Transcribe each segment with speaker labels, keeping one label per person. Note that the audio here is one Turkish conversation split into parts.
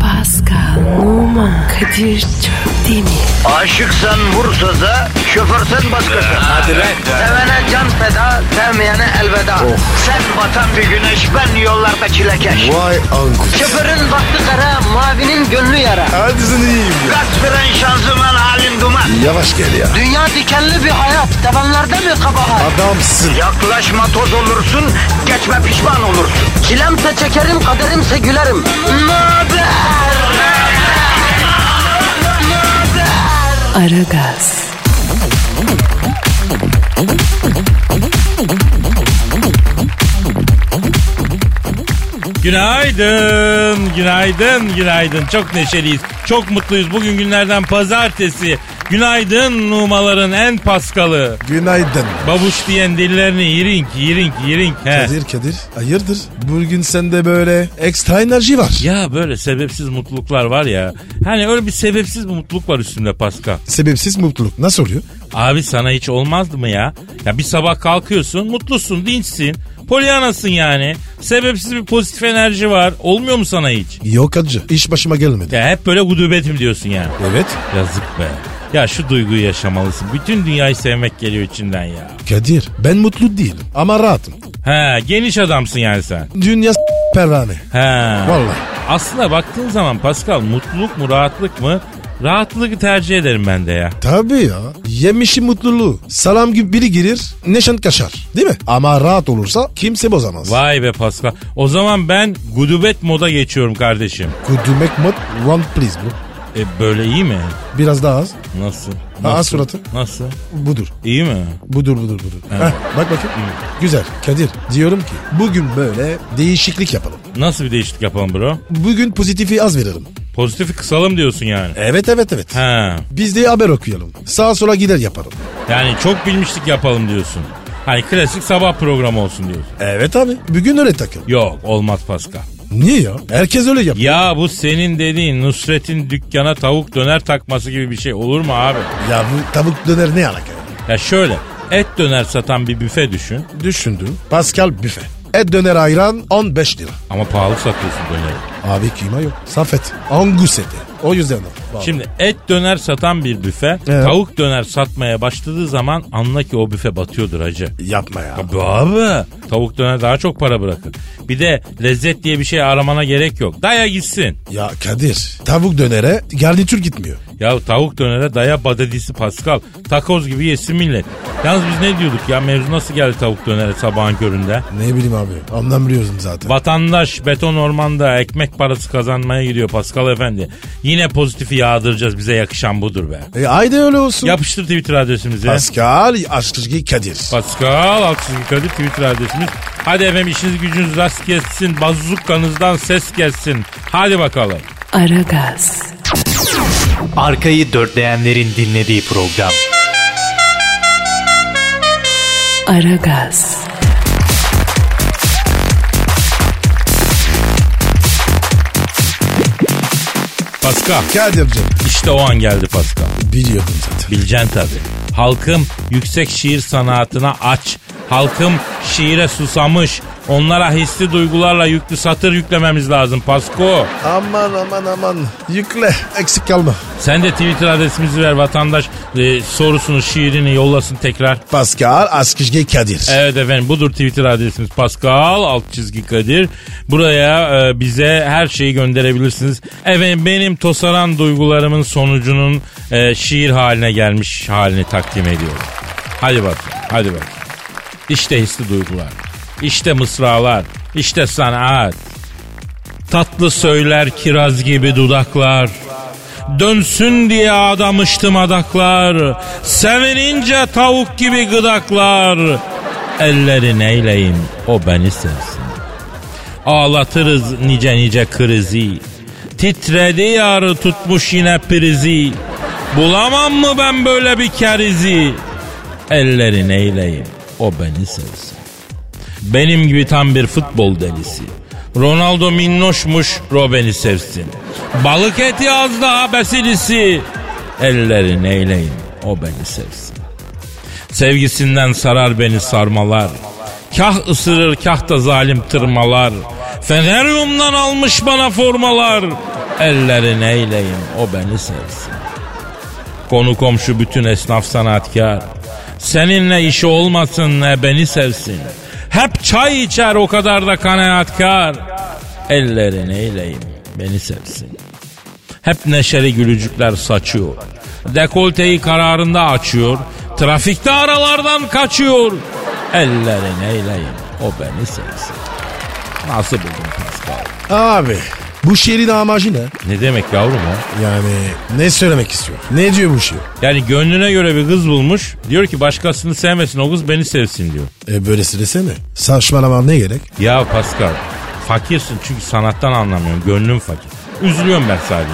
Speaker 1: Pascal, Oman, Kadir çok değil mi?
Speaker 2: Aşıksan vursa da şoförsen başkasın. Hadi
Speaker 3: lan.
Speaker 2: Sevene can feda, sevmeyene elveda. Sen batan bir güneş, ben yollarda çilekeş.
Speaker 3: Vay anku.
Speaker 2: Şoförün baktı kara, mavinin gönlü yara.
Speaker 3: Hadi sen iyiyim ya.
Speaker 2: Kasperen şanzıman halin duman.
Speaker 3: Yavaş gel ya.
Speaker 2: Dünya dikenli bir hayat, sevenlerde mi kabahar?
Speaker 3: Adamsın.
Speaker 2: Yaklaşma toz olursun, geçme pişman olursun. Çilemse çekerim, kaderimse gülerim. Möber!
Speaker 1: Aragaz,
Speaker 4: Günaydın, günaydın, günaydın. Çok neşeliyiz, çok mutluyuz. Bugün günlerden pazartesi. Günaydın numaların en paskalı.
Speaker 3: Günaydın.
Speaker 4: Babuş diyen dillerini yirink, yirink, yirink. He.
Speaker 3: Kadir Kadir. Hayırdır? Bugün sende böyle ekstra enerji var.
Speaker 4: Ya böyle sebepsiz mutluluklar var ya. Hani öyle bir sebepsiz bir mutluluk var üstünde Paska.
Speaker 3: Sebepsiz mutluluk nasıl oluyor?
Speaker 4: Abi sana hiç olmazdı mı ya? Ya bir sabah kalkıyorsun, mutlusun, dinçsin. Polyanasın yani. Sebepsiz bir pozitif enerji var. Olmuyor mu sana hiç?
Speaker 3: Yok acı. İş başıma gelmedi.
Speaker 4: Ya hep böyle gudubetim diyorsun yani.
Speaker 3: Evet.
Speaker 4: Yazık be. Ya şu duyguyu yaşamalısın. Bütün dünyayı sevmek geliyor içinden ya.
Speaker 3: Kadir ben mutlu değilim ama rahatım.
Speaker 4: He geniş adamsın yani sen.
Speaker 3: Dünya s- pervane.
Speaker 4: He.
Speaker 3: Vallahi.
Speaker 4: Aslında baktığın zaman Pascal mutluluk mu rahatlık mı? Rahatlığı tercih ederim ben de ya.
Speaker 3: Tabii ya. Yemişi mutluluğu. Salam gibi biri girir neşen kaşar. Değil mi? Ama rahat olursa kimse bozamaz.
Speaker 4: Vay be Pascal. O zaman ben gudubet moda geçiyorum kardeşim.
Speaker 3: Kudumek mod one please bro.
Speaker 4: E böyle iyi mi?
Speaker 3: Biraz daha az.
Speaker 4: Nasıl?
Speaker 3: Ha,
Speaker 4: Nasıl?
Speaker 3: az suratı.
Speaker 4: Nasıl?
Speaker 3: Budur.
Speaker 4: İyi mi?
Speaker 3: Budur budur budur. Heh, bak bakayım. Güzel. Kadir diyorum ki bugün böyle değişiklik yapalım.
Speaker 4: Nasıl bir değişiklik yapalım bro?
Speaker 3: Bugün pozitifi az verelim.
Speaker 4: Pozitifi kısalım diyorsun yani.
Speaker 3: Evet evet evet.
Speaker 4: He.
Speaker 3: Biz de haber okuyalım. Sağa sola gider yaparım.
Speaker 4: Yani çok bilmişlik yapalım diyorsun. Hani klasik sabah programı olsun diyorsun.
Speaker 3: Evet abi. Bugün öyle takıl.
Speaker 4: Yok olmaz Pascal.
Speaker 3: Niye ya? Herkes öyle yapıyor.
Speaker 4: Ya bu senin dediğin Nusret'in dükkana tavuk döner takması gibi bir şey olur mu abi?
Speaker 3: Ya bu tavuk döner ne alaka? ya?
Speaker 4: Ya şöyle et döner satan bir büfe düşün
Speaker 3: Düşündüm. Pascal büfe. Et döner ayran 15 lira.
Speaker 4: ama pahalı satıyorsun döneri.
Speaker 3: Abi kıyma yok. Safet. Angus eti. O yüzden. Vallahi.
Speaker 4: Şimdi et döner satan bir büfe
Speaker 3: Evet.
Speaker 4: tavuk döner satmaya başladığı zaman anla ki o büfe batıyordur hacı.
Speaker 3: Yapma ya.
Speaker 4: Abi, abi tavuk döner daha çok para bırakır. Bir de lezzet diye bir şey aramana gerek yok. Daya gitsin.
Speaker 3: Ya Kadir. Tavuk dönere garnitür gitmiyor.
Speaker 4: Ya tavuk dönere daya badedisi Pascal. Takoz gibi yesin millet. Yalnız biz ne diyorduk ya mevzu nasıl geldi tavuk dönere sabahın köründe?
Speaker 3: Ne bileyim abi. Anlamıyoruz zaten.
Speaker 4: Vatandaş beton ormanda ekmek parası kazanmaya gidiyor Pascal Efendi. Yine pozitifi yağdıracağız bize yakışan budur be.
Speaker 3: E haydi öyle olsun.
Speaker 4: Yapıştır Twitter adresimizi.
Speaker 3: Pascal Askışki Kadir.
Speaker 4: Pascal Altçizgi Kadir Twitter adresimiz. Hadi efendim işiniz gücünüz rast gelsin. Bazookanızdan ses gelsin. Hadi bakalım.
Speaker 1: Aragaz,
Speaker 5: Arkayı dörtleyenlerin dinlediği program.
Speaker 1: Aragaz,
Speaker 4: Pascal
Speaker 3: Kadir'cim
Speaker 4: işte o an geldi Pascal.
Speaker 3: biliyordum zaten.
Speaker 4: Bileceksin tabii. Halkım yüksek şiir sanatına aç. Halkım şiire susamış. Onlara hissi duygularla yüklü satır yüklememiz lazım Pasko.
Speaker 3: Aman aman aman yükle eksik kalma.
Speaker 4: Sen de Twitter adresimizi ver vatandaş e, sorusunu, şiirini yollasın tekrar.
Speaker 3: Pascal Askışki Kadir.
Speaker 4: Evet efendim budur Twitter adresimiz Pascal alt çizgi Kadir. Buraya e, bize her şeyi gönderebilirsiniz. Efendim benim tosaran duygularımın sonucunun e, şiir haline gelmiş halini takdim ediyorum. Hadi bak, hadi bak. İşte hisli duygular, işte mısralar, işte sanat. Tatlı söyler kiraz gibi dudaklar. Dönsün diye adamıştım adaklar. Sevinince tavuk gibi gıdaklar. Elleri neyleyim o beni sevsin. Ağlatırız nice nice krizi. Titredi yarı tutmuş yine prizi. Bulamam mı ben böyle bir kerizi? Elleri neyleyim o beni sevsin. Benim gibi tam bir futbol delisi. Ronaldo minnoşmuş, Robben'i sevsin. Balık eti az daha besilisi. Ellerini eyleyin, o beni sevsin. Sevgisinden sarar beni sarmalar. Kah ısırır kah da zalim tırmalar. Feneryum'dan almış bana formalar. Ellerin eyleyim o beni sevsin. Konu komşu bütün esnaf sanatkar. Seninle işi olmasın ne beni sevsin. Hep çay içer o kadar da kanaatkar. Ellerin eyleyim beni sevsin. Hep neşeli gülücükler saçıyor. Dekolteyi kararında açıyor. Trafikte aralardan kaçıyor. Ellerin eyleyim o beni sevsin. Nasıl buldun Pascal?
Speaker 3: Abi bu şiirin amacı ne?
Speaker 4: Ne demek yavrum o?
Speaker 3: Yani ne söylemek istiyor? Ne diyor bu şiir?
Speaker 4: Yani gönlüne göre bir kız bulmuş. Diyor ki başkasını sevmesin o kız beni sevsin diyor.
Speaker 3: E böylesi desene. Saçmalama ne gerek?
Speaker 4: Ya Pascal fakirsin çünkü sanattan anlamıyorum. Gönlüm fakir. Üzülüyorum ben sadece.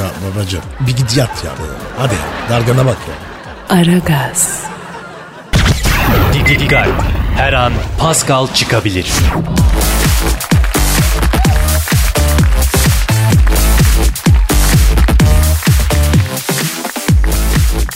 Speaker 3: Ya babacığım bir git yat ya. Hadi ya, dargana bak ya.
Speaker 1: Aragaz,
Speaker 5: Didi Dikkat. Her an Pascal çıkabilir.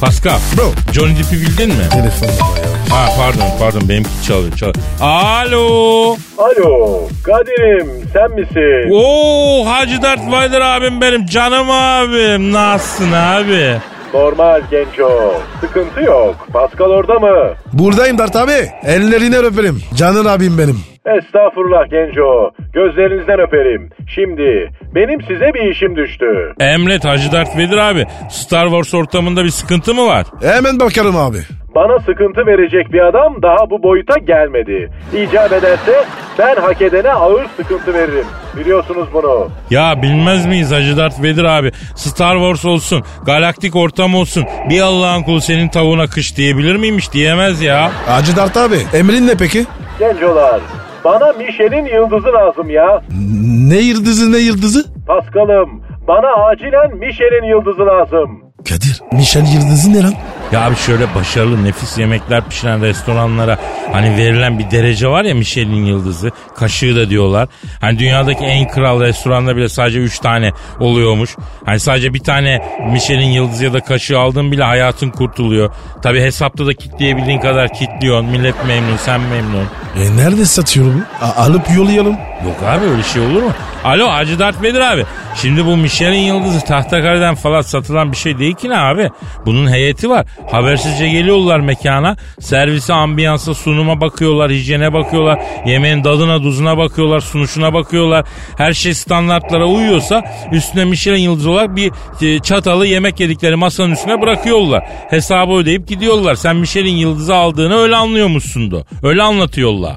Speaker 4: Pascal.
Speaker 3: Bro.
Speaker 4: Johnny Depp'i bildin mi?
Speaker 3: Telefon baba ya.
Speaker 4: Ha pardon pardon benimki çalıyor çalıyor. Alo.
Speaker 6: Alo Kadir'im sen misin?
Speaker 4: Oo Hacı Dert Vader abim benim canım abim. Nasılsın abi?
Speaker 6: Normal genco. Sıkıntı yok. Pascal orada mı?
Speaker 3: Buradayım Dert abi. Ellerine öperim. Canın abim benim.
Speaker 6: Estağfurullah genco. Gözlerinizden öperim. Şimdi benim size bir işim düştü.
Speaker 4: Emret Hacı Dert Vader abi. Star Wars ortamında bir sıkıntı mı var?
Speaker 3: Hemen bakarım abi.
Speaker 6: Bana sıkıntı verecek bir adam daha bu boyuta gelmedi. İcap ederse ben hak edene ağır sıkıntı veririm. Biliyorsunuz bunu.
Speaker 4: Ya bilmez miyiz Hacı Dert Vedir abi? Star Wars olsun, galaktik ortam olsun. Bir Allah'ın kulu senin tavuğuna kış diyebilir miymiş? Diyemez ya.
Speaker 3: Hacı Dert abi. Emrin ne peki?
Speaker 6: Gencolar bana Michel'in yıldızı lazım ya.
Speaker 3: Ne yıldızı ne yıldızı?
Speaker 6: Paskal'ım bana acilen Michel'in yıldızı lazım.
Speaker 3: Kadir. Michel yıldızı ne lan?
Speaker 4: Ya abi şöyle başarılı nefis yemekler pişiren restoranlara hani verilen bir derece var ya Michelin yıldızı. Kaşığı da diyorlar. Hani dünyadaki en kral restoranda bile sadece 3 tane oluyormuş. Hani sadece bir tane Michelin yıldızı ya da kaşığı aldın bile hayatın kurtuluyor. Tabi hesapta da kitleyebildiğin kadar kitliyorsun. Millet memnun, sen memnun.
Speaker 3: E nerede satıyor bu? A- alıp yollayalım.
Speaker 4: Yok abi öyle şey olur mu? Alo Hacı Dert Vedir abi. Şimdi bu Michelin yıldızı Tahtakale'den falan satılan bir şey değil ki ne abi? Bunun heyeti var. Habersizce geliyorlar mekana. Servise, ambiyansa, sunuma bakıyorlar, hijyene bakıyorlar. Yemeğin dadına, duzuna bakıyorlar, sunuşuna bakıyorlar. Her şey standartlara uyuyorsa üstüne Michelin yıldızı olarak bir e, çatalı yemek yedikleri masanın üstüne bırakıyorlar. Hesabı ödeyip gidiyorlar. Sen Michelin yıldızı aldığını öyle anlıyormuşsundu. Öyle anlatıyorlar.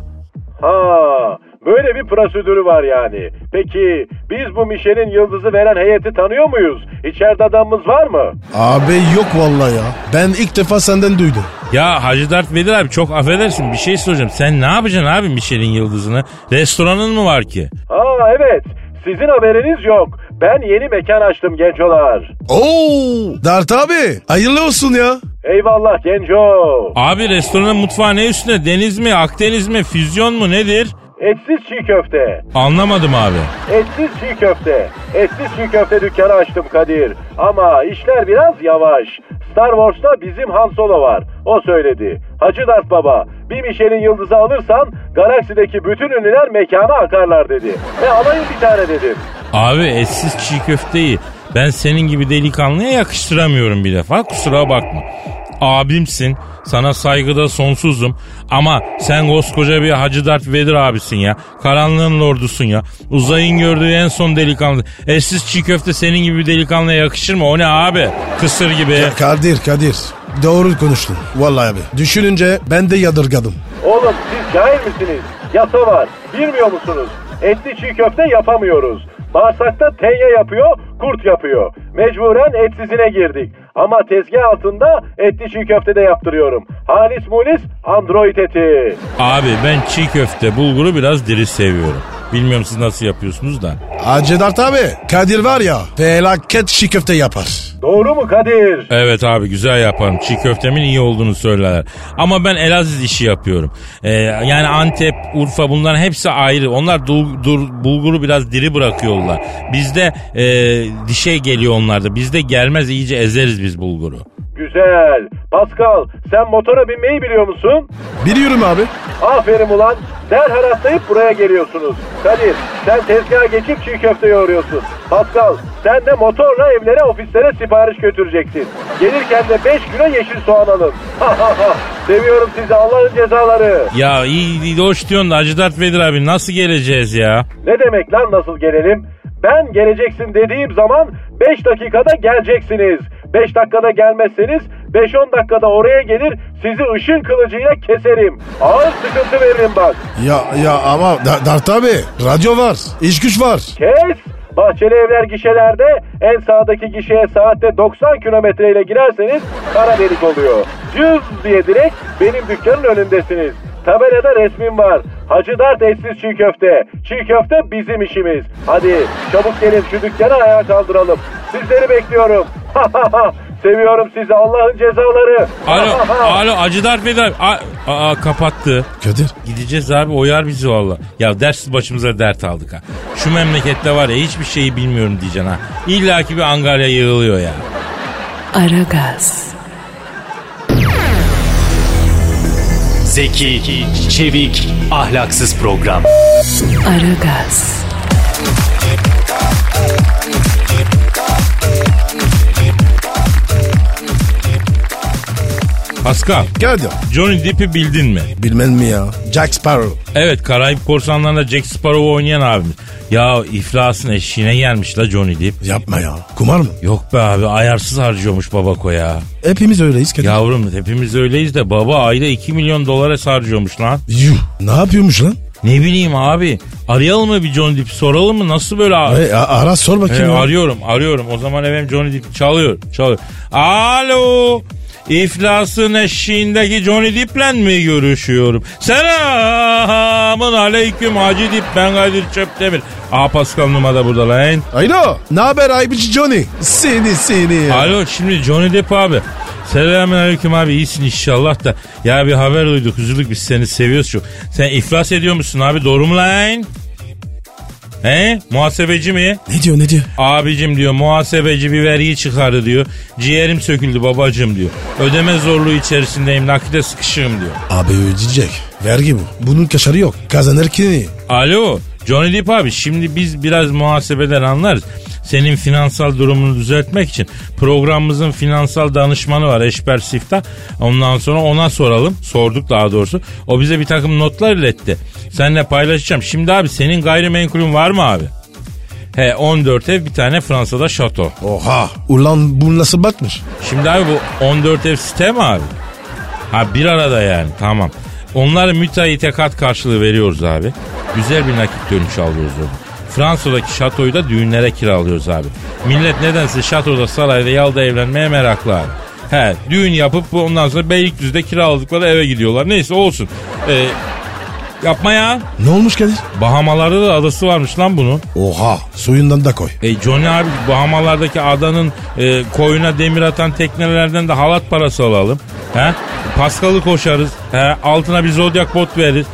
Speaker 6: Ha, böyle bir prosedürü var yani. Peki biz bu Michelin yıldızı veren heyeti tanıyor muyuz? İçeride adamımız var mı?
Speaker 3: Abi yok vallahi ya. Ben ilk defa senden duydum.
Speaker 4: Ya Hacı Dert Vedir abi çok affedersin bir şey soracağım. Sen ne yapacaksın abi Michelin yıldızını? Restoranın mı var ki?
Speaker 6: Ha evet. Sizin haberiniz yok. Ben yeni mekan açtım gencolar.
Speaker 3: Oo, Dert abi hayırlı olsun ya.
Speaker 6: Eyvallah genco.
Speaker 4: Abi restoranın mutfağı ne üstüne? Deniz mi, Akdeniz mi, füzyon mu nedir?
Speaker 6: Etsiz çiğ köfte.
Speaker 4: Anlamadım abi.
Speaker 6: Etsiz çiğ köfte. Etsiz çiğ köfte dükkanı açtım Kadir. Ama işler biraz yavaş. Star Wars'ta bizim Han Solo var. O söyledi. Hacı Dert Baba, bir Michelin yıldızı alırsan galaksideki bütün ünlüler mekana akarlar dedi. E alayım bir tane dedim.
Speaker 4: Abi etsiz çiğ köfteyi ben senin gibi delikanlıya yakıştıramıyorum bir defa kusura bakma. Abimsin sana saygıda sonsuzum ama sen koskoca bir Hacı Dert Vedir abisin ya. Karanlığın lordusun ya. Uzayın gördüğü en son delikanlı. Eşsiz çiğ köfte senin gibi bir delikanlıya yakışır mı? O ne abi? Kısır gibi.
Speaker 3: E, Kadir Kadir doğru konuştun. Vallahi abi düşününce ben de yadırgadım.
Speaker 6: Oğlum siz cahil misiniz? Yasa var. Bilmiyor musunuz? Etli çiğ köfte yapamıyoruz. Bağırsakta tenya yapıyor, kurt yapıyor. Mecburen etsizine girdik. Ama tezgah altında etli çiğ köfte de yaptırıyorum. Halis mulis android eti.
Speaker 4: Abi ben çiğ köfte bulguru biraz diri seviyorum. Bilmiyorum siz nasıl yapıyorsunuz da.
Speaker 3: Hacı Dert abi Kadir var ya felaket şiş köfte yapar.
Speaker 6: Doğru mu Kadir?
Speaker 4: Evet abi güzel yaparım. Çiğ köftemin iyi olduğunu söylerler. Ama ben Elaziz işi yapıyorum. Ee, yani Antep, Urfa bunların hepsi ayrı. Onlar dul- dur- bulguru biraz diri bırakıyorlar. Bizde e, dişe geliyor onlarda. Bizde gelmez iyice ezeriz biz bulguru.
Speaker 6: Güzel. Pascal sen motora binmeyi biliyor musun?
Speaker 3: Biliyorum abi.
Speaker 6: Aferin ulan. Derhal atlayıp buraya geliyorsunuz. Kadir sen tezgaha geçip çiğ köfte yoğuruyorsun. Pascal sen de motorla evlere ofislere sipariş götüreceksin. Gelirken de 5 kilo yeşil soğan alın. Seviyorum sizi Allah'ın cezaları.
Speaker 4: Ya iyi, iyi de hoş diyorsun da Hacı Dert Vedir abi nasıl geleceğiz ya?
Speaker 6: Ne demek lan nasıl gelelim? Ben geleceksin dediğim zaman 5 dakikada geleceksiniz. 5 dakikada gelmezseniz 5-10 dakikada oraya gelir sizi ışın kılıcıyla keserim. Ağır sıkıntı veririm bak.
Speaker 3: Ya ya ama Dar- Dert abi radyo var. iş güç var.
Speaker 6: Kes! Bahçeli evler gişelerde en sağdaki gişeye saatte 90 kilometre ile girerseniz kara delik oluyor. Cüz diye direkt benim dükkanın önündesiniz. Tabelada resmim var. Hacı Dert etsiz çiğ köfte. Çiğ köfte bizim işimiz. Hadi çabuk gelin şu dükkanı ayağa kaldıralım. Sizleri bekliyorum. Seviyorum sizi Allah'ın cezaları.
Speaker 4: Alo, alo Hacı Dert Vedir abi. Aa, aa, kapattı.
Speaker 3: Kadir
Speaker 4: Gideceğiz abi oyar bizi valla. Ya ders başımıza dert aldık ha. Şu memlekette var ya hiçbir şeyi bilmiyorum diyeceksin ha. İlla ki bir Angarya yığılıyor ya.
Speaker 1: Aragaz,
Speaker 5: Zeki, çevik, ahlaksız program.
Speaker 1: Aragaz,
Speaker 4: Pascal,
Speaker 3: Kadir
Speaker 4: Johnny Depp'i bildin mi?
Speaker 3: bilmem mi ya? Jack Sparrow.
Speaker 4: Evet Karayip Korsanları'nda Jack Sparrow oynayan abimiz. Ya iflasın eşiğine gelmiş la Johnny Depp.
Speaker 3: Yapma ya. Kumar mı?
Speaker 4: Yok be abi ayarsız harcıyormuş babako ya.
Speaker 3: Hepimiz öyleyiz Kadir.
Speaker 4: Yavrum hepimiz öyleyiz de baba ayda 2 milyon dolara harcıyormuş lan.
Speaker 3: Yuh, ne yapıyormuş lan?
Speaker 4: Ne bileyim abi arayalım mı bir Johnny Depp'i soralım mı nasıl böyle abi?
Speaker 3: Ay, a- ara sor
Speaker 4: Ee,
Speaker 3: bakayım. ya.
Speaker 4: arıyorum arıyorum. O zaman efendim Johnny Depp çalıyor çalıyor. Alo. İflasın eşiğindeki Johnny Depp'le mi görüşüyorum? Selamın aleyküm Hacı Depp ben Kadir Çöptemir. Aa Pascal numara da burada lan.
Speaker 3: Alo. Ne haber Aybici Johnny? Seni seni. ya.
Speaker 4: Alo şimdi Johnny Depp abi. Selamün aleyküm abi iyisin inşallah da. Ya bir haber duyduk üzüldük biz seni seviyoruz çok. Sen iflas ediyor musun abi doğru mu lan? He? Muhasebeci mi?
Speaker 3: Ne diyor ne diyor?
Speaker 4: Abicim diyor muhasebeci bir vergi çıkardı diyor. Ciğerim söküldü babacım diyor. Ödeme zorluğu içerisindeyim nakite sıkışığım diyor.
Speaker 3: Abi ödeyecek. Vergi bu. Bunun kaşarı yok. Kazanır ki.
Speaker 4: Alo Johnny Depp abi şimdi biz biraz muhasebeden anlarız. Senin finansal durumunu düzeltmek için programımızın finansal danışmanı var Eşber Siftah. Ondan sonra ona soralım. Sorduk daha doğrusu. O bize bir takım notlar iletti. Seninle paylaşacağım. Şimdi abi senin gayrimenkulün var mı abi? He 14 ev bir tane Fransa'da şato.
Speaker 3: Oha. Ulan bu nasıl batmış?
Speaker 4: Şimdi abi bu 14 ev site mi abi? Ha bir arada yani tamam. Onlara müteahhite kat karşılığı veriyoruz abi. Güzel bir nakit dönüş alıyoruz orada. Fransa'daki şatoyu da düğünlere kiralıyoruz abi. Millet nedense şatoda sarayda yalda evlenmeye meraklı abi. He düğün yapıp bu ondan sonra Beylikdüzü'de kiraladıkları eve gidiyorlar. Neyse olsun. Ee, yapma ya.
Speaker 3: Ne olmuş Kadir?
Speaker 4: Bahamalarda da adası varmış lan bunun.
Speaker 3: Oha. Suyundan da koy.
Speaker 4: E Johnny abi Bahamalardaki adanın e, koyuna demir atan teknelerden de halat parası alalım. He? Paskalı koşarız. He? Altına bir zodyak bot veririz.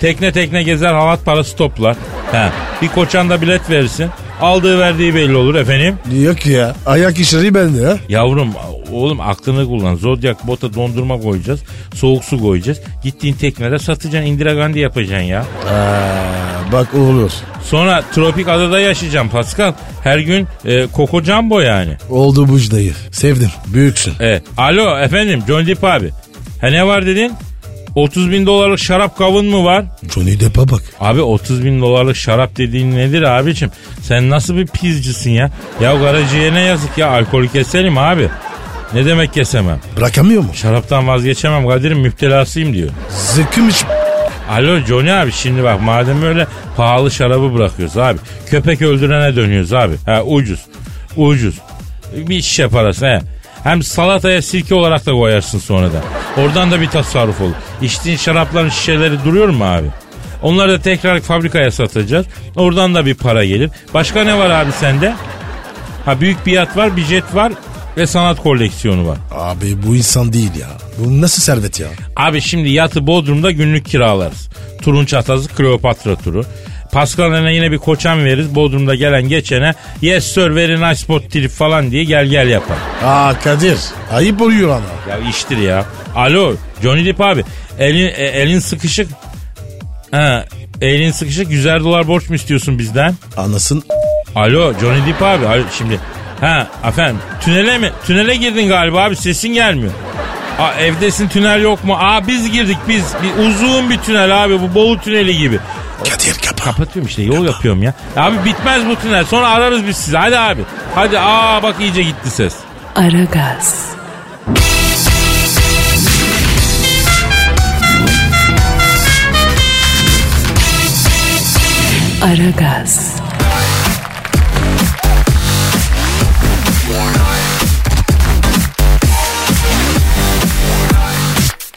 Speaker 4: Tekne tekne gezer halat parası toplar. He? Bir koçan da bilet verirsin. Aldığı verdiği belli olur efendim.
Speaker 3: Yok ya. Ayak işleri bende ya.
Speaker 4: Yavrum oğlum aklını kullan. Zodyak bota dondurma koyacağız. Soğuk su koyacağız. Gittiğin teknede satacaksın. Indira Gandhi yapacaksın ya.
Speaker 3: Aa, bak olur.
Speaker 4: Sonra tropik adada yaşayacağım Pascal. Her gün e, Coco Jumbo yani.
Speaker 3: Oldu bu iş dayı. Sevdim. Büyüksün.
Speaker 4: Evet. Alo efendim John Depp abi. Ha ne var dedin? 30 bin dolarlık şarap kavun mu var?
Speaker 3: Johnny Depp'a bak.
Speaker 4: Abi 30 bin dolarlık şarap dediğin nedir abicim? Sen nasıl bir pizcisin ya? Ya garajiyene yazık ya alkolü keselim abi. Ne demek kesemem?
Speaker 3: Bırakamıyor mu?
Speaker 4: Şaraptan vazgeçemem Kadir'im müptelasıyım diyor.
Speaker 3: Zıkkım iç.
Speaker 4: Alo Johnny abi şimdi bak madem öyle pahalı şarabı bırakıyoruz abi. Köpek öldürene dönüyoruz abi. Ha ucuz. Ucuz. Bir şişe parası he. Hem salataya sirke olarak da koyarsın sonra da. Oradan da bir tasarruf olur. İçtiğin şarapların şişeleri duruyor mu abi? Onları da tekrar fabrikaya satacağız. Oradan da bir para gelir. Başka ne var abi sende? Ha büyük biat var, bir jet var ve sanat koleksiyonu var.
Speaker 3: Abi bu insan değil ya. Bu nasıl servet ya?
Speaker 4: Abi şimdi yatı Bodrum'da günlük kiralarız. Turun çatası Kleopatra turu. Paskal'ına yine bir koçan veririz. Bodrum'da gelen geçene yes sir very nice spot trip falan diye gel gel yapar.
Speaker 3: Aa Kadir. Ayıp oluyor ama.
Speaker 4: Ya iştir ya. Alo Johnny Depp abi elin, e- elin sıkışık. Ha, elin sıkışık 100'er dolar borç mu istiyorsun bizden?
Speaker 3: Anasın.
Speaker 4: Alo Johnny Depp abi. Alo, şimdi. Ha efendim tünele mi? Tünele girdin galiba abi sesin gelmiyor. Aa, evdesin tünel yok mu? Aa biz girdik biz. Bir, uzun bir tünel abi bu Boğu tüneli gibi.
Speaker 3: Kadir kapa.
Speaker 4: Kapatıyorum işte yol yapıyorum ya. Abi bitmez bu tünel sonra ararız biz sizi hadi abi. Hadi aa bak iyice gitti ses.
Speaker 1: Aragaz, Aragaz,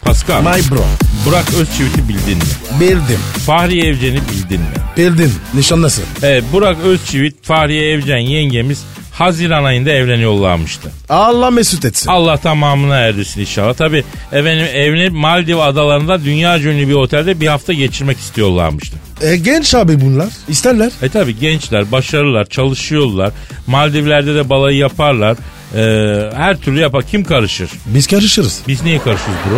Speaker 4: Pascal.
Speaker 3: My bro.
Speaker 4: Burak Özçivit'i bildin mi?
Speaker 3: Bildim.
Speaker 4: Fahri Evcen'i bildin mi?
Speaker 3: Bildim. Nişanlısı.
Speaker 4: Evet Burak Özçivit, Fahriye Evcen yengemiz Haziran ayında evleniyorlarmıştı.
Speaker 3: Allah mesut etsin.
Speaker 4: Allah tamamına erdirsin inşallah. Tabi efendim evlenip Maldiv adalarında dünya ünlü bir otelde bir hafta geçirmek istiyorlarmıştı.
Speaker 3: E, genç abi bunlar. İsterler.
Speaker 4: E tabi gençler başarılılar çalışıyorlar. Maldivler'de de balayı yaparlar. Ee, her türlü yapar. Kim karışır?
Speaker 3: Biz karışırız.
Speaker 4: Biz niye karışırız bro?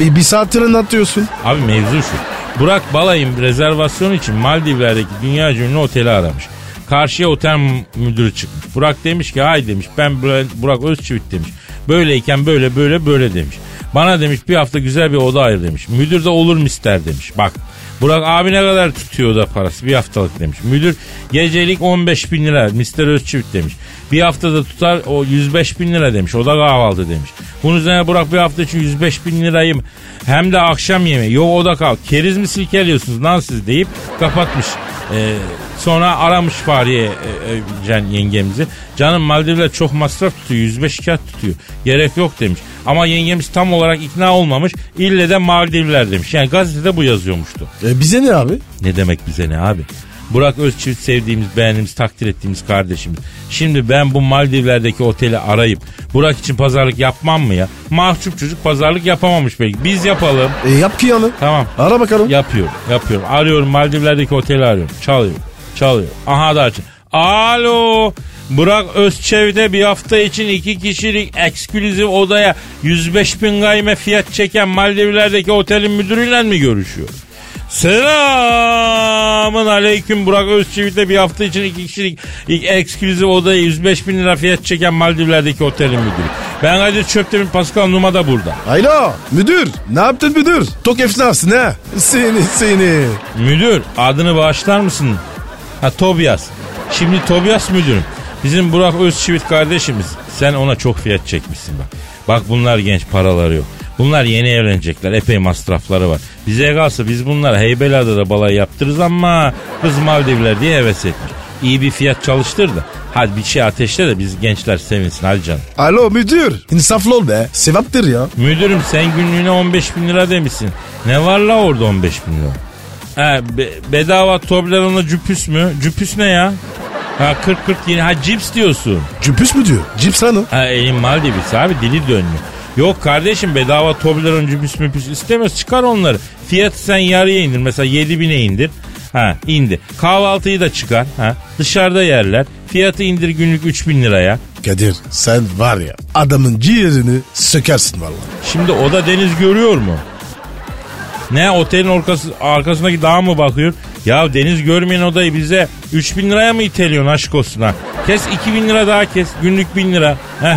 Speaker 3: E, e, bir saat tren atıyorsun.
Speaker 4: Abi mevzu şu. Burak Balay'ın rezervasyonu için Maldivler'deki dünya ünlü oteli aramış. Karşıya otel müdürü çıkmış. Burak demiş ki hay demiş ben Bur- Burak Özçivit demiş. Böyleyken böyle böyle böyle demiş. Bana demiş bir hafta güzel bir oda ayır demiş. Müdür de olur mu ister demiş. Bak Burak abi ne kadar tutuyor da parası bir haftalık demiş. Müdür gecelik 15 bin lira Mr. Özçivit demiş. Bir haftada tutar o 105 bin lira demiş. O da kahvaltı demiş. Bunun üzerine Burak bir hafta için 105 bin lirayı hem de akşam yemeği yok o da kahvaltı. Keriz mi silkeliyorsunuz lan siz deyip kapatmış. Ee, sonra aramış Fahriye e, e, Can yengemizi. Canım Maldivler çok masraf tutuyor 105 kağıt tutuyor. Gerek yok demiş. Ama yengemiz tam olarak ikna olmamış. İlle de Maldivler demiş. Yani gazetede bu yazıyormuştu.
Speaker 3: E, bize ne abi?
Speaker 4: Ne demek bize ne abi? Burak Özçivit sevdiğimiz, beğendiğimiz, takdir ettiğimiz kardeşimiz. Şimdi ben bu Maldivler'deki oteli arayıp Burak için pazarlık yapmam mı ya? Mahcup çocuk pazarlık yapamamış belki. Biz yapalım.
Speaker 3: E, yap ki yanı.
Speaker 4: Tamam.
Speaker 3: Ara bakalım.
Speaker 4: Yapıyorum, yapıyorum. Arıyorum Maldivler'deki oteli arıyorum. Çalıyor, çalıyor. Aha da aç. Alo. Burak Özçev'de bir hafta için iki kişilik ekskluziv odaya 105 bin gayme fiyat çeken Maldivler'deki otelin müdürüyle mi görüşüyor? Selamın aleyküm Burak Özçivit'le bir hafta için iki kişilik ilk ekskluziv odaya 105 bin lira fiyat çeken Maldivler'deki otelin müdürü. Ben Kadir Çöptemir Pascal Numa da burada.
Speaker 3: Alo müdür ne yaptın müdür? Tok efsanarsın ha. Seni seni.
Speaker 4: Müdür adını bağışlar mısın? Ha Tobias. Şimdi Tobias müdürüm. Bizim Burak Özçivit kardeşimiz. Sen ona çok fiyat çekmişsin bak. Bak bunlar genç paraları yok. Bunlar yeni evlenecekler. Epey masrafları var. Bize kalsa biz bunlara Heybeliada'da balay yaptırırız ama kız Maldivler diye heves etmiş. İyi bir fiyat çalıştır da. Hadi bir şey ateşle de biz gençler sevinsin hadi canım.
Speaker 3: Alo müdür. İnsaflı ol be. Sevaptır ya.
Speaker 4: Müdürüm sen günlüğüne 15 bin lira demişsin. Ne var la orada 15 bin lira? Ha, be- bedava Toblerone'la cüpüs mü? Cüpüs ne ya? Ha 40-40 yine. Ha cips diyorsun.
Speaker 3: Cüpüs mü diyor? Cips lan o.
Speaker 4: Ha elin Maldivisi abi dili dönmüyor. Yok kardeşim bedava Toblerone cübüs müpüs istemez çıkar onları. Fiyatı sen yarıya indir mesela 7000'e indir. Ha indi. Kahvaltıyı da çıkar. Ha dışarıda yerler. Fiyatı indir günlük 3000 liraya.
Speaker 3: Kadir sen var ya adamın ciğerini sökersin vallahi.
Speaker 4: Şimdi o da deniz görüyor mu? Ne otelin orkası, arkasındaki dağa mı bakıyor? Ya deniz görmeyen odayı bize 3000 liraya mı iteliyorsun aşk olsun ha? Kes 2000 lira daha kes. Günlük 1000 lira. Heh.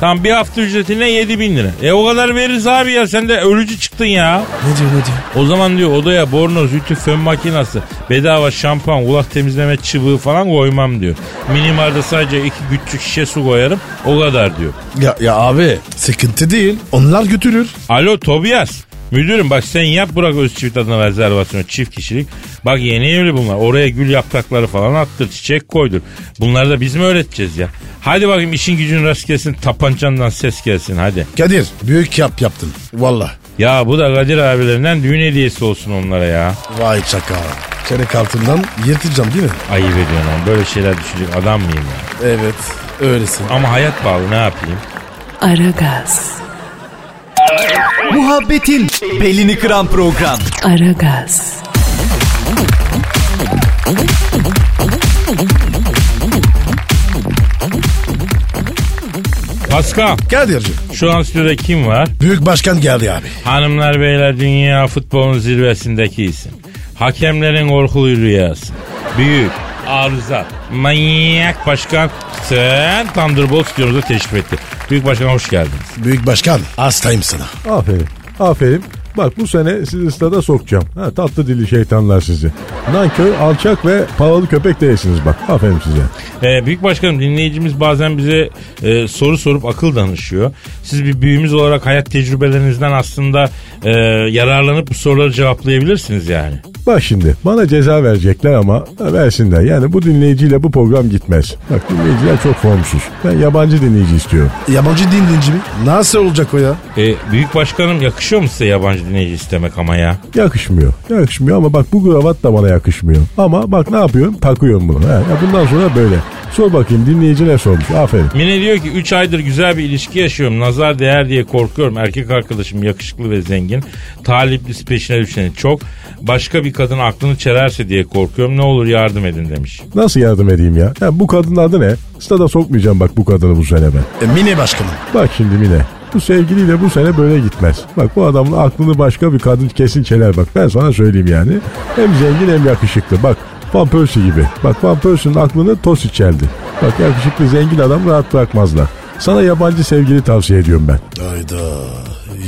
Speaker 4: Tam bir hafta ücretine 7000 lira. E o kadar veririz abi ya sen de ölücü çıktın ya.
Speaker 3: Ne diyor ne diyor?
Speaker 4: O zaman diyor odaya bornoz, ütü, fön makinası, bedava şampuan, kulak temizleme çubuğu falan koymam diyor. Minimarda sadece iki küçük şişe su koyarım o kadar diyor.
Speaker 3: Ya, ya abi sıkıntı değil. Onlar götürür.
Speaker 4: Alo Tobias. Müdürüm bak sen yap Burak Özçivit adına rezervasyonu çift kişilik. Bak yeni evli bunlar. Oraya gül yaprakları falan attır, çiçek koydur. Bunları da biz mi öğreteceğiz ya? Hadi bakayım işin gücün rast gelsin, tapancandan ses gelsin hadi.
Speaker 3: Kadir büyük yap yaptın. Valla.
Speaker 4: Ya bu da Kadir abilerinden düğün hediyesi olsun onlara ya.
Speaker 3: Vay çakal. Çeyrek altından yırtacağım değil mi?
Speaker 4: Ayıp ediyorsun ama böyle şeyler düşünecek adam mıyım ya?
Speaker 3: Evet öylesin.
Speaker 4: Ama hayat bağlı ne yapayım?
Speaker 1: Aragaz,
Speaker 5: Muhabbetin belini kıran program.
Speaker 1: Aragaz,
Speaker 4: Pascal
Speaker 3: Kadir'cim.
Speaker 4: şu an stüdyoda kim var?
Speaker 3: Büyük başkan geldi abi.
Speaker 4: Hanımlar beyler dünya futbolun zirvesindeki isim. Hakemlerin korkulu rüyası. Büyük, arıza, manyak başkan sen Thunderbolt stüdyomuza teşrif etti. Büyük başkan hoş geldiniz.
Speaker 3: Büyük başkan hastayım sana.
Speaker 7: Aferin. Aferin. Bak bu sene sizi stada sokacağım. Ha, tatlı dili şeytanlar sizi. Nankör, alçak ve paralı köpek değilsiniz bak. Aferin size.
Speaker 4: Ee, büyük başkanım dinleyicimiz bazen bize e, soru sorup akıl danışıyor. Siz bir büyüğümüz olarak hayat tecrübelerinizden aslında e, yararlanıp bu soruları cevaplayabilirsiniz yani.
Speaker 7: Bak şimdi bana ceza verecekler ama versinler. Yani bu dinleyiciyle bu program gitmez. Bak dinleyiciler çok formsuz. Ben yabancı dinleyici istiyorum.
Speaker 3: Yabancı dinleyici mi? Nasıl olacak o ya?
Speaker 4: E, büyük başkanım yakışıyor mu size yabancı dinleyici istemek ama ya?
Speaker 7: Yakışmıyor. Yakışmıyor ama bak bu kravat da bana yakışmıyor. Ama bak ne yapıyorum? Takıyorum bunu. Ha, ya bundan sonra böyle. Sor bakayım dinleyici ne sormuş? Aferin.
Speaker 4: Mine diyor ki 3 aydır güzel bir ilişki yaşıyorum. Nazar değer diye korkuyorum. Erkek arkadaşım yakışıklı ve zengin. Taliplisi peşine düşeni çok. Başka bir kadın aklını çelerse diye korkuyorum. Ne olur yardım edin demiş.
Speaker 7: Nasıl yardım edeyim ya? ya bu kadının adı ne? Stada sokmayacağım bak bu kadını bu sene ben.
Speaker 3: E, mini başkanım.
Speaker 7: Bak şimdi Mine. Bu sevgiliyle bu sene böyle gitmez. Bak bu adamın aklını başka bir kadın kesin çeler bak. Ben sana söyleyeyim yani. Hem zengin hem yakışıklı. Bak Van Persie gibi. Bak Van Persie'nin aklını toz içerdi. Bak yakışıklı zengin adam rahat bırakmazlar. Sana yabancı sevgili tavsiye ediyorum ben.
Speaker 3: Hayda.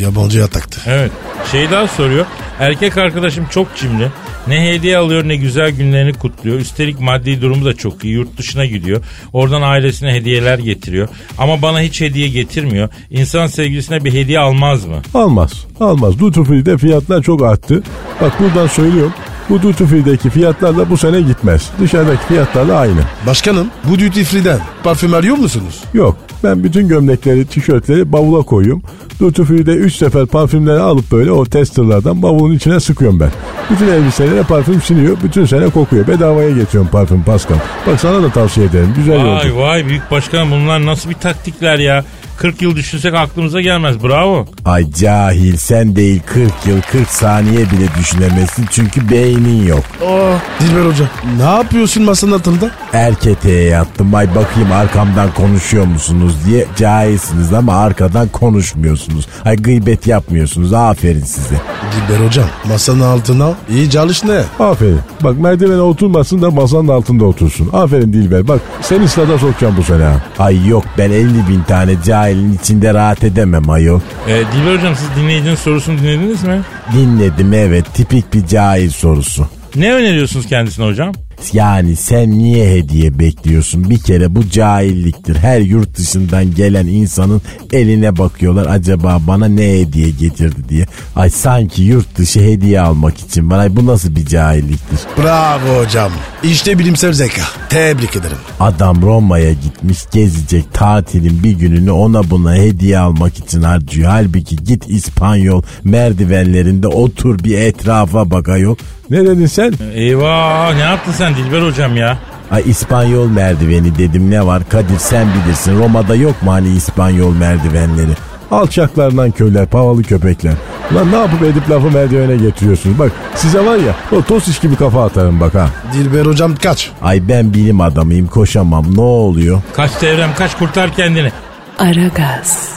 Speaker 3: Yabancıya taktı.
Speaker 4: Evet. Şey daha soruyor. Erkek arkadaşım çok cimri. Ne hediye alıyor ne güzel günlerini kutluyor. Üstelik maddi durumu da çok iyi. Yurt dışına gidiyor. Oradan ailesine hediyeler getiriyor. Ama bana hiç hediye getirmiyor. İnsan sevgilisine bir hediye almaz mı?
Speaker 7: Almaz. Almaz. Duty Free'de fiyatlar çok arttı. Bak buradan söylüyorum. Bu Duty Free'deki fiyatlarla bu sene gitmez. Dışarıdaki fiyatlarla aynı.
Speaker 3: Başkanım bu duty free'den parfüm arıyor musunuz?
Speaker 7: Yok. Ben bütün gömlekleri, tişörtleri bavula koyuyorum. Duty Free'de 3 sefer parfümleri alıp böyle o testerlardan bavulun içine sıkıyorum ben. Bütün elbiselere parfüm siniyor. Bütün sene kokuyor. Bedavaya getiriyorum parfüm Pascal. Bak sana da tavsiye ederim. Güzel yolculuk.
Speaker 4: Vay vay büyük başkan bunlar nasıl bir taktikler ya. 40 yıl düşünsek aklımıza gelmez bravo.
Speaker 8: Ay cahil sen değil 40 yıl 40 saniye bile düşünemezsin çünkü beynin yok.
Speaker 3: Dilber Hoca ne yapıyorsun masanın altında?
Speaker 8: Erketeğe yattım ay bakayım arkamdan konuşuyor musunuz diye cahilsiniz ama arkadan konuşmuyorsunuz. Ay gıybet yapmıyorsunuz aferin size.
Speaker 3: Dilber Hocam masanın altına iyi çalış ne?
Speaker 7: Aferin. Bak merdivene oturmasın da masanın altında otursun. Aferin Dilber. Bak seni stada sokacağım bu sene. ha.
Speaker 8: Ay yok ben 50 bin tane cahilin içinde rahat edemem ayol.
Speaker 4: Ee, Dilber hocam siz dinleyicinin sorusunu dinlediniz mi?
Speaker 8: Dinledim evet tipik bir cahil sorusu.
Speaker 4: Ne öneriyorsunuz kendisine hocam?
Speaker 8: Yani sen niye hediye bekliyorsun? Bir kere bu cahilliktir. Her yurt dışından gelen insanın eline bakıyorlar. Acaba bana ne hediye getirdi diye. Ay sanki yurt dışı hediye almak için var. Ay bu nasıl bir cahilliktir?
Speaker 3: Bravo hocam. İşte bilimsel zeka. Tebrik ederim.
Speaker 8: Adam Roma'ya gitmiş gezecek tatilin bir gününü ona buna hediye almak için harcıyor. Halbuki git İspanyol merdivenlerinde otur bir etrafa bak ayol.
Speaker 7: Ne dedin sen?
Speaker 4: Eyvah ne yaptın sen Dilber hocam ya?
Speaker 8: Ay İspanyol merdiveni dedim ne var Kadir sen bilirsin Roma'da yok mu hani İspanyol merdivenleri?
Speaker 7: Alçaklarından köyler, pahalı köpekler. Lan ne yapıp edip lafı merdivene getiriyorsunuz? Bak size var ya o tosiş gibi kafa atarım bak ha.
Speaker 3: Dilber Hocam kaç.
Speaker 8: Ay ben bilim adamıyım koşamam ne oluyor?
Speaker 4: Kaç devrem kaç kurtar kendini.
Speaker 1: Aragaz.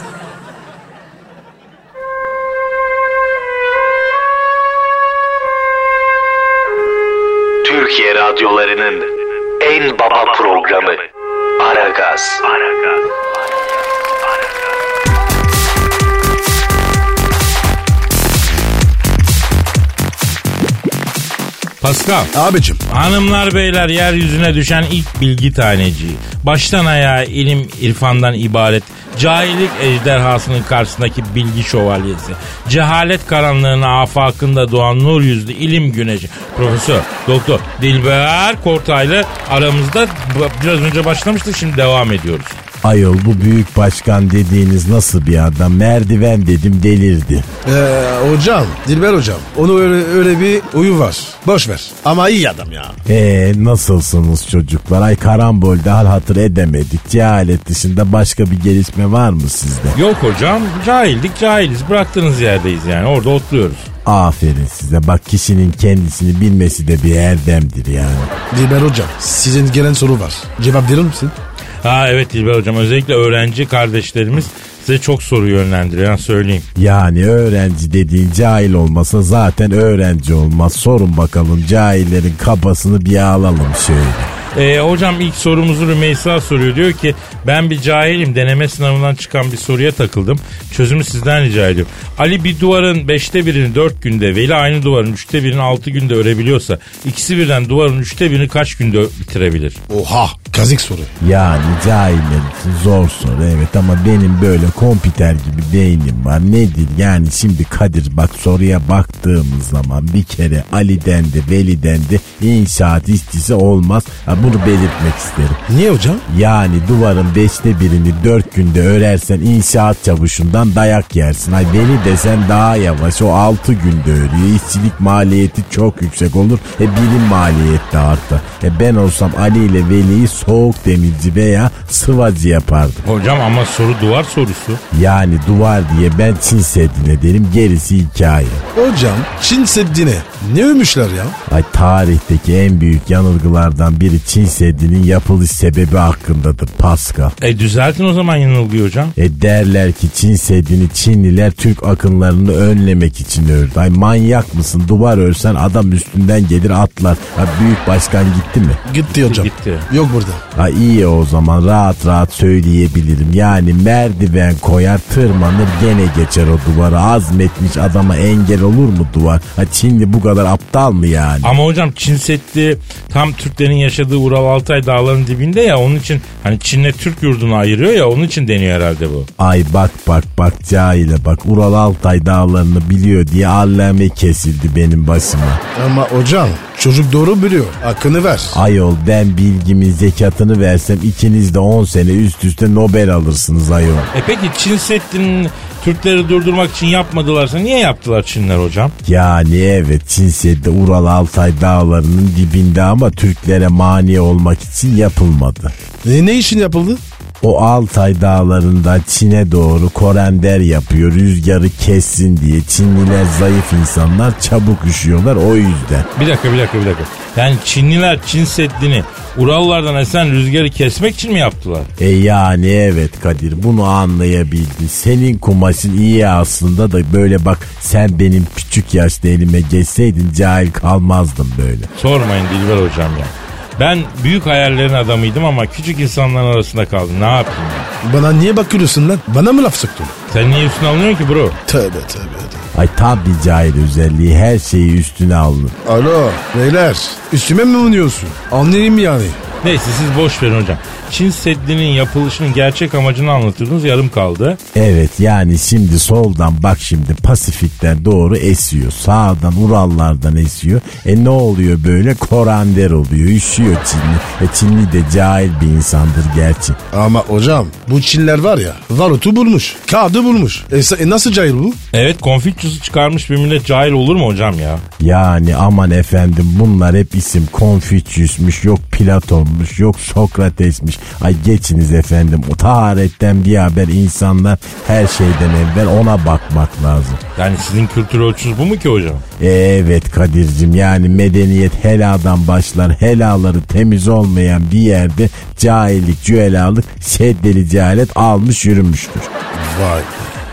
Speaker 2: Türkiye radyolarının en baba programı Aragaz.
Speaker 4: Pascal
Speaker 3: Abicim
Speaker 4: hanımlar beyler yeryüzüne düşen ilk bilgi taneci. Baştan ayağa ilim irfandan ibaret. Cahillik ejderhasının karşısındaki bilgi şövalyesi. Cehalet karanlığına afakında doğan nur yüzlü ilim güneşi. Profesör, doktor Dilber Kortaylı aramızda Bu- biraz önce başlamıştık şimdi devam ediyoruz.
Speaker 8: Ayol bu büyük başkan dediğiniz nasıl bir adam merdiven dedim delirdi.
Speaker 3: ee, hocam Dilber Hocam onu öyle, öyle bir uyu var. Boş ver. Ama iyi adam ya.
Speaker 8: Eee E, nasılsınız çocuklar ay karambolde hal hatır edemedik cehalet dışında başka bir gelişme var mı sizde?
Speaker 4: Yok hocam cahildik cahiliz bıraktığınız yerdeyiz yani orada otluyoruz.
Speaker 8: Aferin size bak kişinin kendisini bilmesi de bir erdemdir yani.
Speaker 3: Dilber Hocam sizin gelen soru var. Cevap verir misin?
Speaker 4: Ha evet Dilber hocam özellikle öğrenci kardeşlerimiz size çok soru yönlendiriyor ha, söyleyeyim.
Speaker 8: Yani öğrenci dediğin cahil olmasa zaten öğrenci olmaz. Sorun bakalım cahillerin kafasını bir alalım şöyle.
Speaker 4: Ee, hocam ilk sorumuzu Rümeysa soruyor. Diyor ki ben bir cahilim deneme sınavından çıkan bir soruya takıldım. Çözümü sizden rica ediyorum. Ali bir duvarın beşte birini dört günde Veli aynı duvarın üçte birini altı günde örebiliyorsa ikisi birden duvarın üçte birini kaç günde ö- bitirebilir?
Speaker 3: Oha kazık soru.
Speaker 8: Yani cahiller için zor soru evet ama benim böyle kompüter gibi beynim var. Nedir yani şimdi Kadir bak soruya baktığımız zaman bir kere Ali dendi Veli dendi inşaat işçisi olmaz. Ha, bunu belirtmek isterim.
Speaker 3: Niye hocam?
Speaker 8: Yani duvarın beşte birini dört günde örersen inşaat çavuşundan dayak yersin. Ay beni desen daha yavaş o altı günde örüyor. İşçilik maliyeti çok yüksek olur. E birim maliyeti de artar. E ben olsam Ali ile Veli'yi soğuk demirci veya sıvacı yapardım.
Speaker 4: Hocam ama soru duvar sorusu.
Speaker 8: Yani duvar diye ben Çin Seddi'ne derim gerisi hikaye.
Speaker 3: Hocam Çin Seddi'ne ne övmüşler ya?
Speaker 8: Ay tarihteki en büyük yanılgılardan biri Çin Seddi'nin yapılış sebebi hakkındadır Pascal.
Speaker 4: E düzeltin o zaman yanılgıyı hocam.
Speaker 8: E derler ki Çin Seddi'ni Çinliler Türk akınlarını önlemek için ördü. Ay manyak mısın duvar örsen adam üstünden gelir atlar. Ha, büyük başkan gitti mi?
Speaker 3: Gitti hocam.
Speaker 4: gitti.
Speaker 3: Yok burada.
Speaker 8: Ha iyi o zaman rahat rahat söyleyebilirim. Yani merdiven koyar tırmanır gene geçer o duvara. Azmetmiş adama engel olur mu duvar? Ha Çinli bu kadar aptal mı yani?
Speaker 4: Ama hocam Çin Seddi tam Türklerin yaşadığı Ural Altay dağlarının dibinde ya onun için hani Çin'le Türk yurdunu ayırıyor ya onun için deniyor herhalde bu.
Speaker 8: Ay bak bak bak cahile bak Ural Altay dağlarını biliyor diye allame kesildi benim başıma.
Speaker 3: Ama hocam çocuk doğru biliyor. Hakkını ver.
Speaker 8: Ayol ben bilgimin zekatını versem ikiniz de 10 sene üst üste Nobel alırsınız ayol.
Speaker 4: E peki Çin Seddi'nin Türkleri durdurmak için yapmadılarsa niye yaptılar Çinler hocam?
Speaker 8: Yani evet Çin Seddi Ural Altay dağlarının dibinde ama Türklere mani olmak için yapılmadı.
Speaker 3: E, ne işin yapıldı?
Speaker 8: O Altay dağlarında Çin'e doğru korender yapıyor rüzgarı kessin diye. Çinliler zayıf insanlar çabuk üşüyorlar o yüzden.
Speaker 4: Bir dakika bir dakika bir dakika. Yani Çinliler Çin Seddi'ni Urallardan esen rüzgarı kesmek için mi yaptılar?
Speaker 8: E yani evet Kadir bunu anlayabildin. Senin kumaşın iyi aslında da böyle bak sen benim küçük yaşta elime geçseydin cahil kalmazdım böyle.
Speaker 4: Sormayın Dilber hocam ya. Ben büyük hayallerin adamıydım ama küçük insanların arasında kaldım. Ne yapayım ya?
Speaker 3: Bana niye bakıyorsun lan? Bana mı laf soktun?
Speaker 4: Sen niye üstüne alınıyorsun ki bro?
Speaker 3: Tövbe tövbe.
Speaker 8: Ay tabi cahil özelliği her şeyi üstüne alınır.
Speaker 3: Alo beyler üstüme mi oynuyorsun? Anlayayım yani.
Speaker 4: Neyse siz boş verin hocam. Çin Seddi'nin yapılışının gerçek amacını anlatıyordunuz yarım kaldı.
Speaker 8: Evet yani şimdi soldan bak şimdi Pasifik'ten doğru esiyor. Sağdan Urallardan esiyor. E ne oluyor böyle? Korander oluyor. Üşüyor Çinli. E Çinli de cahil bir insandır gerçi.
Speaker 3: Ama hocam bu Çinler var ya varutu bulmuş. Kağıdı bulmuş. E, sa- e, nasıl cahil bu?
Speaker 4: Evet Konfüçyüs'ü çıkarmış bir millet cahil olur mu hocam ya?
Speaker 8: Yani aman efendim bunlar hep isim Konfüçyüsmüş yok Platon'muş yok Sokrates'miş. Ay geçiniz efendim o taharetten bir haber insanlar her şeyden evvel ona bakmak lazım.
Speaker 4: Yani sizin kültür ölçünüz bu mu ki hocam?
Speaker 8: Evet Kadir'cim yani medeniyet heladan başlar. Helaları temiz olmayan bir yerde cahillik, cühelalık, şeddeli cehalet almış yürümüştür.
Speaker 3: Vay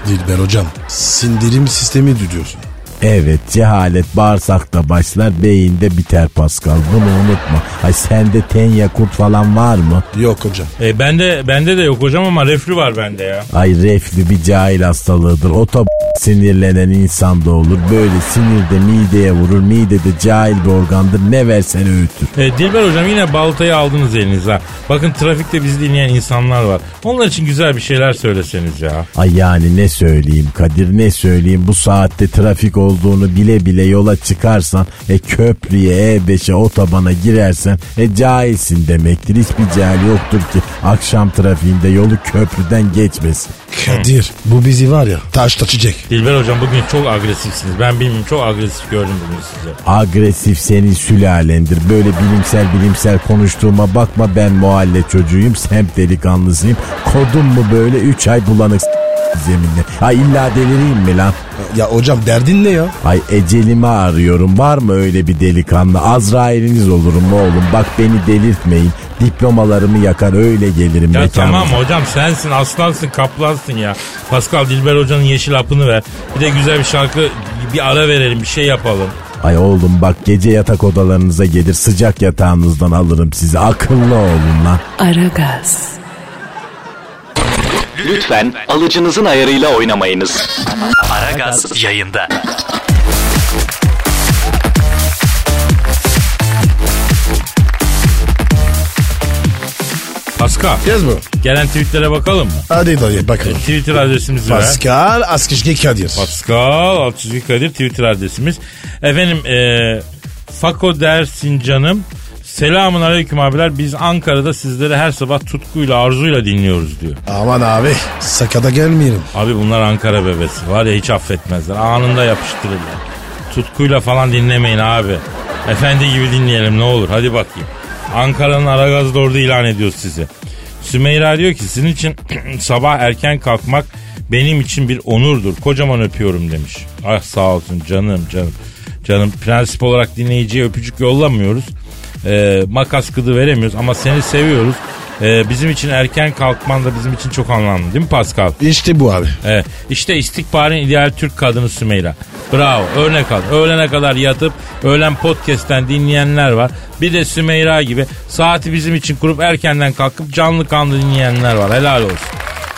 Speaker 3: Dilber hocam sindirim sistemi diyorsun.
Speaker 8: Evet cehalet bağırsakta başlar beyinde biter Pascal bunu unutma. Ay sende ten yakut falan var mı?
Speaker 3: Yok hocam.
Speaker 4: E bende bende de yok hocam ama reflü var bende ya.
Speaker 8: Ay reflü bir cahil hastalığıdır. Otop sinirlenen insan da olur. Böyle sinirde mideye vurur. Midede cahil bir organdır. Ne versen öğütür.
Speaker 4: E, Dilber hocam yine baltayı aldınız elinize. ha. Bakın trafikte bizi dinleyen insanlar var. Onlar için güzel bir şeyler söyleseniz ya.
Speaker 8: Ay yani ne söyleyeyim Kadir ne söyleyeyim bu saatte trafik olduğunu bile bile yola çıkarsan e köprüye E5'e otobana girersen e cahilsin demektir. Hiçbir cahil yoktur ki akşam trafiğinde yolu köprüden geçmesin.
Speaker 3: Kadir bu bizi var ya taş taşıyacak.
Speaker 4: Dilber hocam bugün çok agresifsiniz. Ben bilmiyorum çok agresif gördüm bugün sizi.
Speaker 8: Agresif senin sülalendir. Böyle bilimsel bilimsel konuştuğuma bakma ben muhalle çocuğuyum semt delikanlısıyım. Kodum mu böyle 3 ay bulanık s- zeminle. Ha illa delireyim mi lan?
Speaker 3: E, Ya hocam derdin ne ya?
Speaker 8: Ay ecelimi arıyorum var mı öyle bir delikanlı Azrail'iniz olurum oğlum bak beni delirtmeyin diplomalarımı yakar öyle gelirim
Speaker 4: Ya
Speaker 8: mekanınıza.
Speaker 4: tamam hocam sensin aslansın kaplansın ya. Pascal Dilber hocanın yeşil hapını ver. Bir de güzel bir şarkı bir ara verelim bir şey yapalım.
Speaker 8: Ay oğlum bak gece yatak odalarınıza gelir sıcak yatağınızdan alırım sizi akıllı olun lan
Speaker 1: Aragaz,
Speaker 5: Lütfen alıcınızın ayarıyla oynamayınız. Aragaz yayında.
Speaker 4: Pascal
Speaker 3: Yaz bu.
Speaker 4: gelen tweetlere bakalım mı?
Speaker 3: Hadi dayı bakalım.
Speaker 4: Twitter adresimiz ver.
Speaker 3: Pascal Askışki Kadir.
Speaker 4: Pascal Altçizgi Kadir Twitter adresimiz. Efendim e, Fako dersin canım. Selamun aleyküm abiler. Biz Ankara'da sizleri her sabah tutkuyla arzuyla dinliyoruz diyor.
Speaker 3: Aman abi sakada gelmeyelim.
Speaker 4: Abi bunlar Ankara bebesi. Var ya hiç affetmezler. Anında yapıştırırlar. Tutkuyla falan dinlemeyin abi. Efendi gibi dinleyelim ne olur. Hadi bakayım. Ankara'nın Aragaz'da orada ilan ediyoruz sizi. Sümeyra diyor ki sizin için sabah erken kalkmak benim için bir onurdur. Kocaman öpüyorum demiş. Ah sağ olsun canım canım. Canım prensip olarak dinleyiciye öpücük yollamıyoruz. Ee, makas kıdı veremiyoruz ama seni seviyoruz. Ee, bizim için erken kalkman da bizim için çok anlamlı değil mi Pascal?
Speaker 3: İşte bu abi.
Speaker 4: Evet. İşte istikbarın ideal Türk kadını Sümeyra. Bravo. Örnek al. Öğlene kadar yatıp öğlen podcast'ten dinleyenler var. Bir de Sümeyra gibi saati bizim için kurup erkenden kalkıp canlı kanlı dinleyenler var. Helal olsun.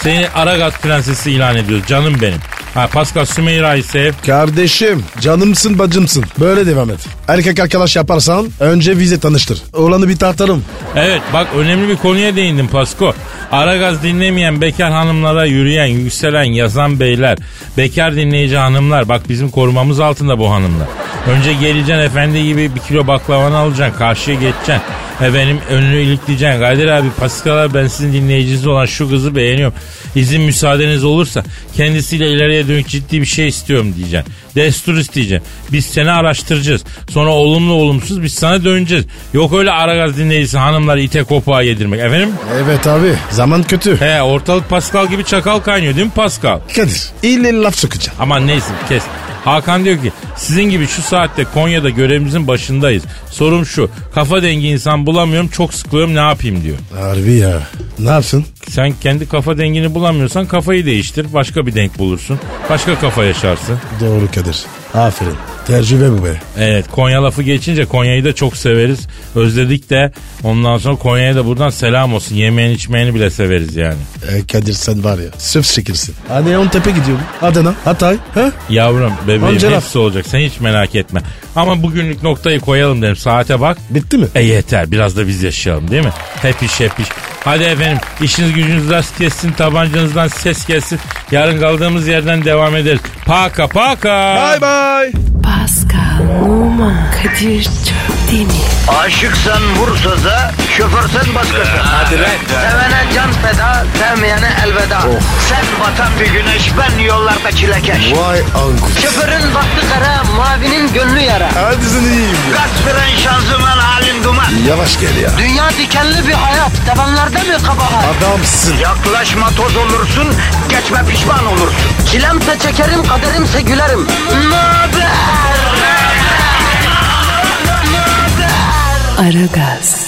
Speaker 4: Seni Aragaz prensesi ilan ediyoruz. Canım benim. Ha Pascal Sümeyra'yı sev.
Speaker 3: Kardeşim canımsın bacımsın. Böyle devam et. Erkek arkadaş yaparsan önce vize tanıştır. Oğlanı bir tartarım.
Speaker 4: Evet bak önemli bir konuya değindin Pasko. Aragaz dinlemeyen bekar hanımlara yürüyen, yükselen, yazan beyler, bekar dinleyici hanımlar bak bizim korumamız altında bu hanımlar. Önce geleceksin efendi gibi bir kilo baklavanı alacaksın, karşıya geçeceksin. Efendim önünü ilikleyeceksin. Kadir abi Pascal abi ben sizin dinleyiciniz olan şu kızı beğeniyorum. İzin müsaadeniz olursa kendisiyle ileriye dönük ciddi bir şey istiyorum diyeceksin. Destur isteyeceksin. Biz seni araştıracağız. Sonra olumlu olumsuz biz sana döneceğiz. Yok öyle Aragaz dinleyicisi hanımları ite kopuğa yedirmek. Efendim?
Speaker 3: Evet abi zaman kötü.
Speaker 4: He ortalık Pascal gibi çakal kaynıyor değil mi Pascal?
Speaker 3: Kadir ille laf sokacağım.
Speaker 4: Aman neyse kes. Hakan diyor ki sizin gibi şu saatte Konya'da görevimizin başındayız. Sorum şu kafa dengi insan bulamıyorum çok sıkılıyorum ne yapayım diyor.
Speaker 3: Harbi ya. Ne yapsın?
Speaker 4: Sen kendi kafa dengini bulamıyorsan kafayı değiştir. Başka bir denk bulursun. Başka kafa yaşarsın.
Speaker 3: Doğru Kadir. Aferin. Tecrübe bu be.
Speaker 4: Evet Konya lafı geçince Konya'yı da çok severiz. Özledik de ondan sonra Konya'ya da buradan selam olsun. Yemeğini içmeyeni bile severiz yani.
Speaker 3: E, Kadir sen var ya sırf çekirsin. Hani on tepe gidiyorum. Adana, Hatay. Ha?
Speaker 4: Yavrum bebeğim
Speaker 3: Amca laf.
Speaker 4: hepsi olacak sen hiç merak etme. Ama bugünlük noktayı koyalım derim saate bak.
Speaker 3: Bitti mi?
Speaker 4: E yeter biraz da biz yaşayalım değil mi? Hep iş hep iş. Hadi efendim işiniz gücünüz rast kessin tabancanızdan ses gelsin. Yarın kaldığımız yerden devam ederiz. Paka paka.
Speaker 3: bye.
Speaker 1: Pascal, Oman, Kadir çok değil mi?
Speaker 2: Aşıksan vursa da, şoförsen başkasın. Hadi Sevene can feda, sevmeyene elveda. Sen batan bir güneş, ben yollarda çilekeş.
Speaker 3: Vay anku.
Speaker 2: Şoförün baktı kara, mavinin gönlü yara.
Speaker 3: Hadi sen iyiyim ya.
Speaker 2: Kasperen şanzıman halin duman.
Speaker 3: Yavaş gel ya.
Speaker 2: Dünya dikenli bir hayat, sevenlerde mi kabahar?
Speaker 3: Adamsın.
Speaker 2: Yaklaşma toz olursun, geçme pişman olursun. Çilemse çekerim, kaderimse gülerim. Möber!
Speaker 1: Aragaz.